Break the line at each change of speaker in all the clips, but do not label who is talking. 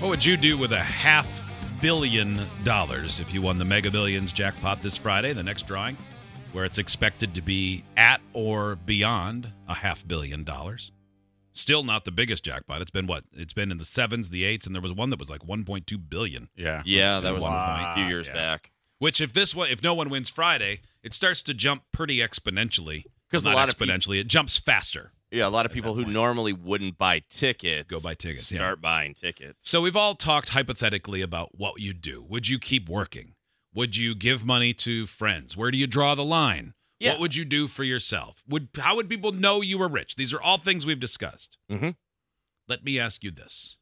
What would you do with a half billion dollars if you won the Mega Millions jackpot this Friday, the next drawing, where it's expected to be at or beyond a half billion dollars? Still not the biggest jackpot. It's been what? It's been in the sevens, the eights, and there was one that was like 1.2 billion.
Yeah.
Yeah, that was
Wow,
a few years
yeah.
back.
Which, if this one, if no one wins Friday, it starts to jump pretty exponentially.
'Cause a
Not
lot of peop-
exponentially, it jumps faster.
Yeah, a lot of
At
people
that
who
point.
normally wouldn't buy tickets
Go buy tickets, yeah.
Start buying tickets.
So we've all talked hypothetically about what you do. Would you keep working? Would you give money to friends? Where do you draw the line?
Yeah.
What would you do for yourself? Would how would people know you were rich? These are all things we've discussed.
Mm-hmm.
Mhm.
Let me ask you this: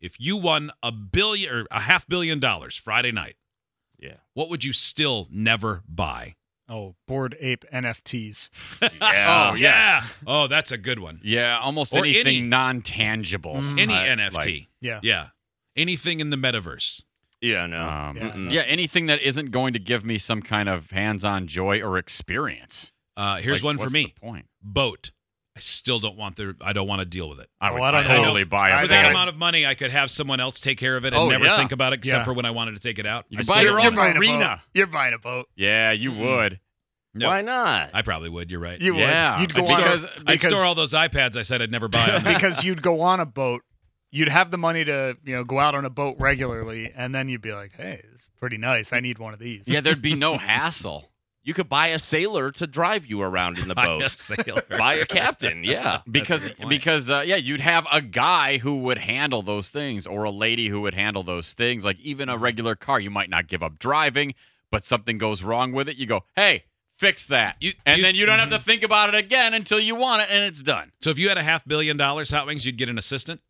If you won a billion or a half billion dollars Friday night,
Yeah.
what would you still never buy?
Oh, bored ape NFTs.
Yeah.
Oh, yes.
Yeah. Oh, that's a good one.
Yeah, almost
Or
anything
any-
non-tangible.
Mm.
Any
Uh,
NFT.
like-
Yeah.
yeah. Anything in the metaverse.
Yeah, no.
um,
Yeah.
Mm-mm.
yeah, anything that isn't going to give me some kind of hands-on joy or experience.
Uh, here's
Like,
one for
what's
me.
the point.
boat. I still don't want the. I don't want to deal with it.
I
Oh,
would
I don't know.
totally buy
I
a
For
think
that
I-
amount of money, I could have someone else take care of it and
Oh,
never
yeah.
think about it, except
Yeah.
for when I wanted to take it out.
You
I
can
still
buy your
don't
own
want it.
buying a boat.
arena.
You're buying a boat.
Yeah, you would.
No.
Why not?
I probably would. You're right.
You
Yeah.
would. You'd go
I'd
on
store-
a,
I'd store all those iPads I said I'd never buy. On there.
because you'd go on a boat. You'd have the money to you know go out on a boat regularly, and then you'd be like, "Hey, it's pretty nice. I need one of these."
Yeah, there'd be no hassle.
You could buy a sailor to drive you around in the
Buy a
boat.
sailor.
buy a captain, yeah.
because
good point.
because uh, yeah, you'd have a guy who would handle those things, or a lady who would handle those things. Like even a regular car, you might not give up driving, but something goes wrong with it. You go, hey, fix that,
You-
and
you-
then you don't have to think about it again until you want it, and it's done.
So if you had a half billion dollars, Hot Wings, you'd get an assistant.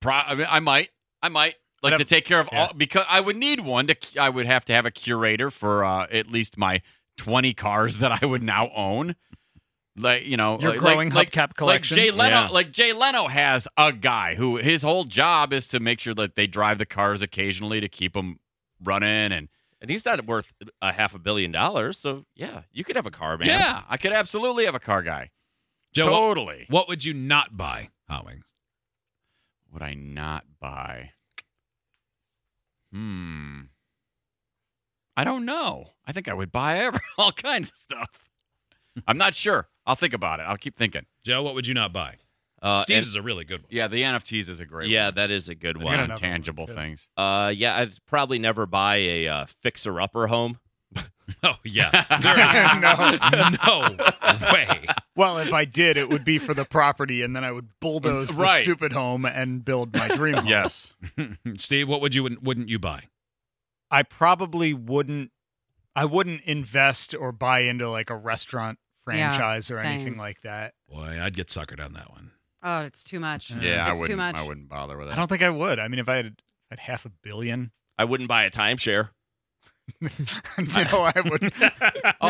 Pro- I, mean, I might, I might like
But
to
if-
take care of
yeah.
all because I would need one to. cu- I would have to have a curator for uh, at least my twenty cars that I would now own. Like you know,
Your
like,
growing
like,
hubcap
like,
collection.
Like Jay Leno,
Yeah.
like Jay Leno has a guy who his whole job is to make sure that they drive the cars occasionally to keep them running and
And he's not worth a half a billion dollars, so yeah, you could have a car, man.
yeah, I could absolutely have a car guy.
Joe, what,
totally.
what would you not buy, Hot Wings?
would I not buy? Hmm. I don't know. I think I would buy ever, all kinds of stuff. I'm not sure. I'll think about it. I'll keep thinking.
Joe, what would you not buy?
Uh,
Steve's
and-
is a really good one.
Yeah, the NFTs is a great
yeah,
one.
that is a good
The
I
one.
don't know.
non-tangible
Yeah.
things.
Uh, yeah, I'd probably never buy a uh, fixer-upper home.
Oh yeah. There is no way.
Well, if I did, it would be for the property, and then I would bulldoze the
Right.
stupid home and build my dream home.
Yes.
Steve, what would you wouldn't you buy?
I probably wouldn't. I wouldn't invest or buy into like a restaurant
Yeah,
franchise or
same.
anything like that.
Boy, I'd get suckered on that one.
Oh, it's too much.
Yeah, I
It's too
wouldn't.
much.
I wouldn't bother with
I
that.
don't think I would. I mean, if I had, had half a billion,
I wouldn't buy a timeshare.
no, I wouldn't.
No,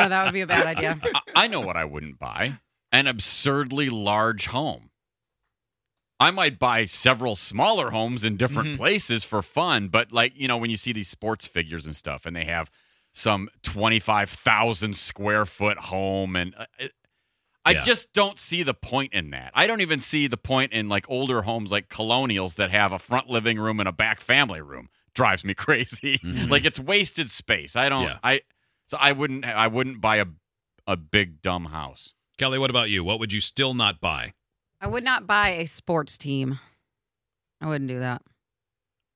that would be a bad idea.
I, I know what I wouldn't buy: an absurdly large home. I might buy several smaller homes in different
Mhm.
places for fun, but like you know, when you see these sports figures and stuff, and they have some twenty-five thousand square foot home, and uh, it- I
Yeah.
just don't see the point in that. I don't even see the point in like older homes like colonials that have a front living room and a back family room. Drives me crazy.
Mhm.
Like it's wasted space. I don't.
Yeah.
I so I wouldn't. I wouldn't buy a a big dumb house.
Kelly, what about you? What would you still not buy
I would not buy a sports team. I wouldn't do that.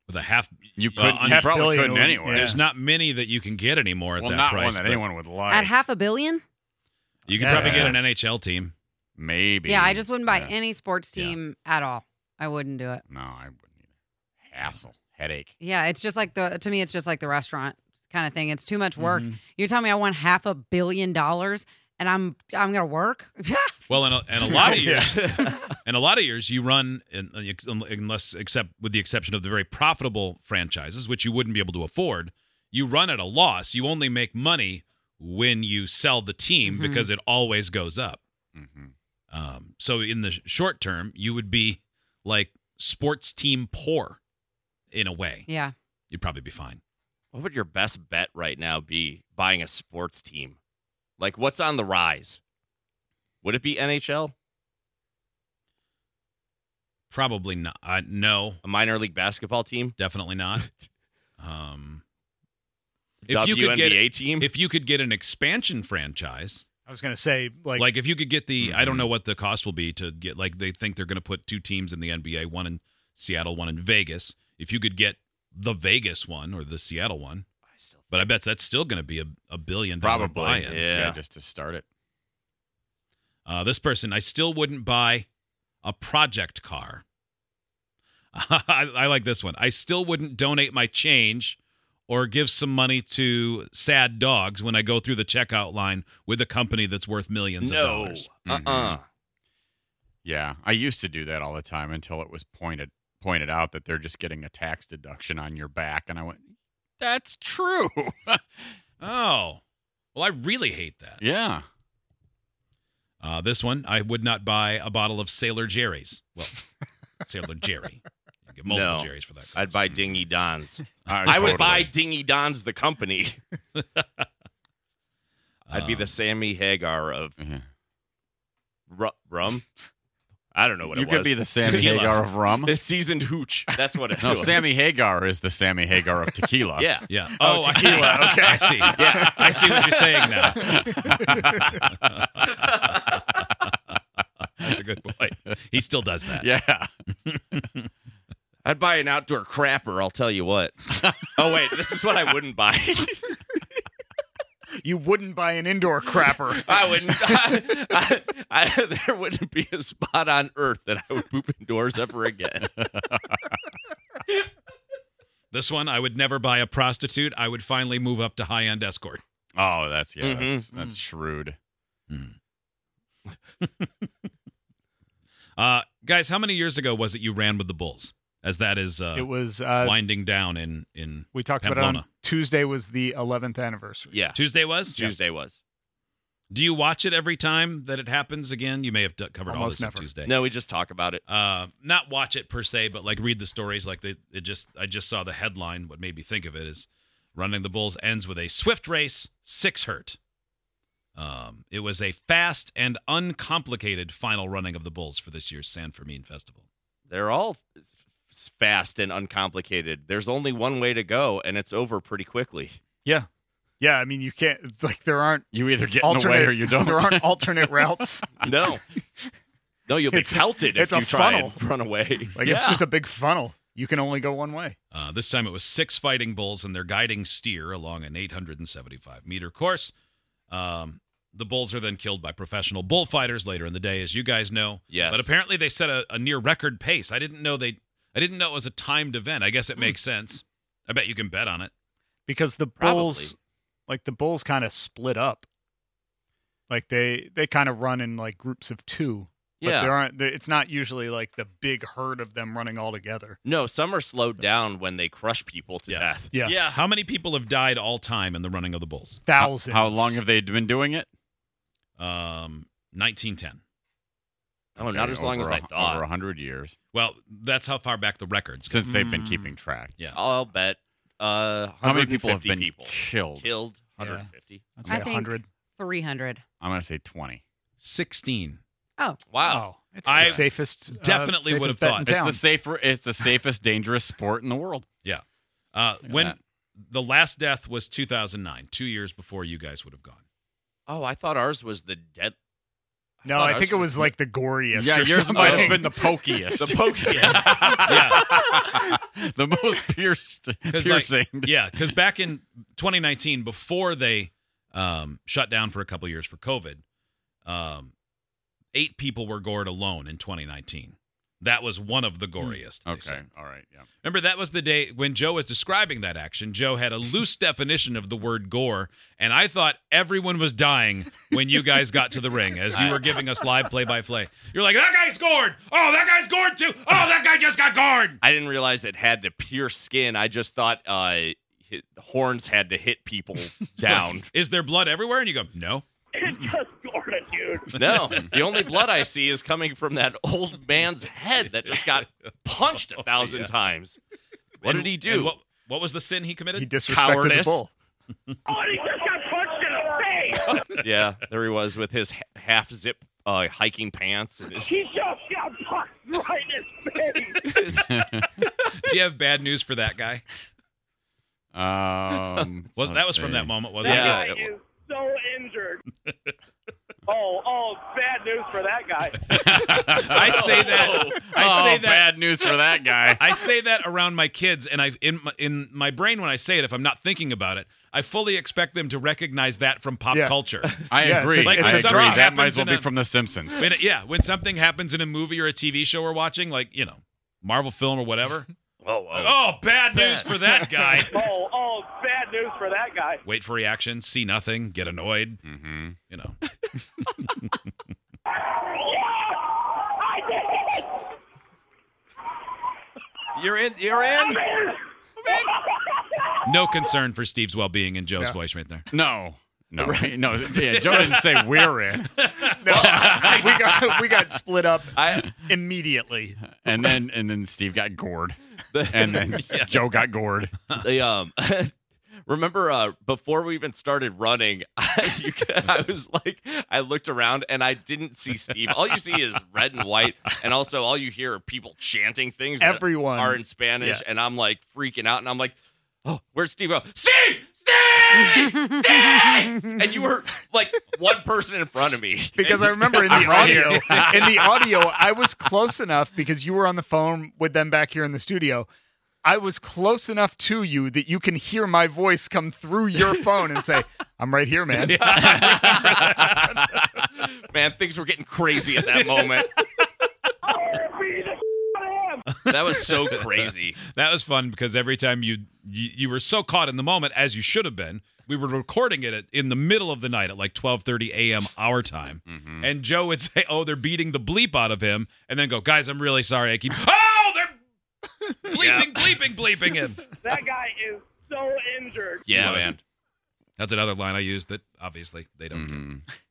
with a half?
You
Well,
couldn't. you
half
probably
billion
couldn't
would-
anyway.
yeah.
There's not many that you can get anymore at
well,
that
not
price.
one that
but
anyone would like.
At half a billion?
You could
Yeah.
probably get an NHL team.
maybe.
Yeah, I just wouldn't buy
Yeah.
any sports
Yeah.
team at all. I wouldn't do it.
No, I wouldn't. Either. Hassle, headache.
Yeah, it's just like the to me, it's just like the restaurant kind of thing. It's too much work.
Mm-hmm.
You tell me I want half a billion dollars, and I'm I'm gonna work.
Well, and a, and a lot of
Yeah.
years, and a lot of years, you run in, unless except with the exception of the very profitable franchises, which you wouldn't be able to afford. You run at a loss. You only make money when you sell the team
Mhm.
because it always goes up.
Mm-hmm.
Um, so in the sh- short term, you would be like sports team poor, in a way.
yeah,
You'd probably be fine.
What would your best bet right now be buying a sports team? Like, what's on the rise? Would it be NHL?
Probably not. I, no,
A minor league basketball team?
definitely not. Um,
WNBA
if you could get
team?
if you could get an expansion franchise,
I was gonna say like,
like, if you could get the I don't know what the cost will be to get like they think they're going to put two teams in the NBA, one in Seattle, one in Vegas. If you could get the Vegas one or the Seattle one,
I still
but I bet that's still going to be a, a billion dollar
Probably.
buy-in.
yeah.
just to start it.
Uh, this person, I still wouldn't buy a project car. I, I like this one. I still wouldn't donate my change or give some money to sad dogs when I go through the checkout line with a company that's worth millions of
no.
dollars.
Uh uh
Mm-hmm. Yeah, I used to do that all the time until it was pointed pointed out that they're just getting a tax deduction on your back, and I went, "That's true."
Oh, well, I really hate that.
yeah,
Uh, this one, I would not buy a bottle of Sailor Jerry's. Well, Sailor Jerry. You get multiple
No.
Jerry's for that. price.
I'd buy Dingy Don's.
I,
I
totally-
would buy Dingy Don's the company. I'd
Um,
be
Uh.
the Sammy Hagar of
Yeah.
ru- rum. I don't know what
you
it was.
could be the Sammy
Tequila.
Hagar of rum.
the seasoned hooch. That's what it
No,
was.
Sammy Hagar is the Sammy Hagar of tequila.
Yeah.
Yeah.
Oh,
I see.
tequila. Okay.
I see. Yeah. I see what you're saying now. That's a good point. He still does that.
yeah.
I'd buy an outdoor crapper. I'll tell you what. oh wait, this is what I wouldn't buy.
you wouldn't buy an indoor crapper.
Uh,
I wouldn't. I, I, I, there wouldn't be a spot on earth that I would poop indoors ever again.
This one, I would never buy a prostitute. I would finally move up to high end escort.
Oh, that's yeah.
Mhm.
That's, that's shrewd.
Uh, guys, how many years ago was it you ran with the Bulls? As that is uh,
it was uh,
winding down in in
we talked about it on
Pamplona.
Tuesday was the 11th anniversary.
Yeah.
Tuesday was.
Tuesday was.
Do you watch it every time that it happens again? You may have d- covered all
Almost
this on
never.
Tuesday.
No, we just talk about it.
uh, not watch it per se, but like read the stories. Like they, it just, I just saw the headline. What made me think of it is running the bulls ends with a swift race, six hurt. Um, it was a fast and uncomplicated final running of the bulls for this year's San Fermin Festival.
They're all f- f- fast and uncomplicated. There's only one way to go, and it's over pretty quickly.
Yeah, I mean you can't like there aren't
You either get in the
alternate
way or you don't.
there aren't alternate routes.
No. No, you'll be
It's a-
pelted
it's
if
a
you try
funnel.
and run away.
Like
yeah.
it's just a big funnel. You can only go one way.
Uh, this time it was six fighting bulls and their guiding steer along an 875 meter course. Um, the bulls are then killed by professional bullfighters later in the day, as you guys know.
Yes.
But apparently they set a, a near record pace. I didn't know they. I didn't know it was a timed event. I guess
Hmm.
it makes sense. I bet you can bet on it.
because the
Probably.
bulls like the bulls kind of split up like they they kind of run in like groups of two but
yeah.
there aren't there- it's not usually like the big herd of them running all together
No, some are slowed down when they crush people to
Yeah.
death.
Yeah.
How many people have died all time in the running of the bulls?
How,
thousands
how long have they been doing it?
Um, 1910.
Oh, not
Okay,
as long
over
as
a-
I thought.
Over hundred years
Well, that's how far back the records. go.
since they've been
Mm.
keeping track.
Yeah.
I'll bet. Uh,
How many people have
150
been
people.
killed?
killed?
Yeah.
150.
I'd
I
say
think-
100
Three hundred.
I'm gonna say twenty.
16.
Wow.
Oh, it's
I
the safest uh,
definitely
safest
would've
bet
thought.
in
It's
It's
town.
the safer. It's the safest dangerous sport in the world.
Uh,
Look at
when
that.
the last death was 2009, two years before you guys would have gone.
Oh, I thought ours was the dead.
no
thought
i
ours
think it was like the goriest
yeah,
or
yours might have
something.
been the pokiest.
The pokiest.
Yeah,
the most pierced,
like-
piercing.
yeah. Because back in 2019, before they um, shut down for a couple years for COVID, um, eight people were gored alone in 2019. That was one of the goriest. they
okay,
said.
all right, yeah.
Remember, that was the day when Joe was describing that action. Joe had a loose definition of the word gore, and I thought everyone was dying when you guys got to the ring as you were giving us live play by play. You're like, that guy's gored. Oh, that guy's gored too. Oh, that guy just got gored.
I didn't realize it had to pierce skin. I just thought uh, hit, the horns had to hit people down.
Is there blood everywhere? And you go, no.
no, the only blood I see is coming from that old man's head that just got punched a thousand
yeah.
times. What
And-
did he
and
do?
What, what was the sin he committed?
he disrespected
cowardice.
the bull
Oh, he just got punched in the face.
yeah, there he was with his ha- half zip uh, hiking pants. And his,
He just got punched right in his face.
Do you have bad news for that guy?
Um,
Was
let's
that was from
see.
Oh,
that moment, wasn't
Yeah.
it?
That guy is so injured. oh, oh, bad news for that guy.
I say that. I say
oh,
that.
bad news for that guy.
I say that around my kids, and I've in my, in my brain when I say it, if I'm not thinking about it, I fully expect them to recognize that from pop
Yeah.
culture.
I
Yeah,
agree.
it's a-
I
it's a
agree.
drop.
That might as
Happens
well
in
be
a-
from The Simpsons.
When it- yeah, when something happens in a movie or a TV show we're watching, like you know, Marvel film or whatever.
Oh,
Oh, bad news for that guy.
Oh, oh, bad news for that guy.
Wait for reaction, see nothing, get annoyed.
Mm-hmm.
You know,
Yes! I did it!
You're in. You're in.
no concern for Steve's well-being in Joe's
Yeah.
voice right there.
No. No, right? No, yeah, Joe didn't say we're in.
No, we got we got split up
I
immediately.
And then and then Steve got gored. And then Joe got gored.
they, um remember uh before we even started running, I, you, I was like I looked around and I didn't see Steve. All you see is red and white, and also all you hear are people chanting things that
Everyone.
are in Spanish,
Yeah.
and I'm like freaking out, and I'm like, oh, where's Steve? Oh, Steve. Steve! Steve! and you were like one person in front of me
Because I
And-
remember in
I'm
the
right
audio,
here.
in the audio, I was close enough because you were on the phone with them back here in the studio. I was close enough to you that you can hear my voice come through your phone and say, "I'm right here, man."
man, things were getting crazy at that moment.
I'll beat the out of him.
That was so crazy.
That was fun because every time you, you you were so caught in the moment as you should have been. We were recording it at, in the middle of the night at like 12:30 a.m. our time,
Mm-hmm.
and Joe would say, "Oh, they're beating the bleep out of him," and then go, "Guys, I'm really sorry. I keep oh, they're bleeping, bleeping, bleeping him."
That guy is so injured.
Yeah,
was.
man. Mm-hmm.
That's another line I used that obviously they don't.
Mhm.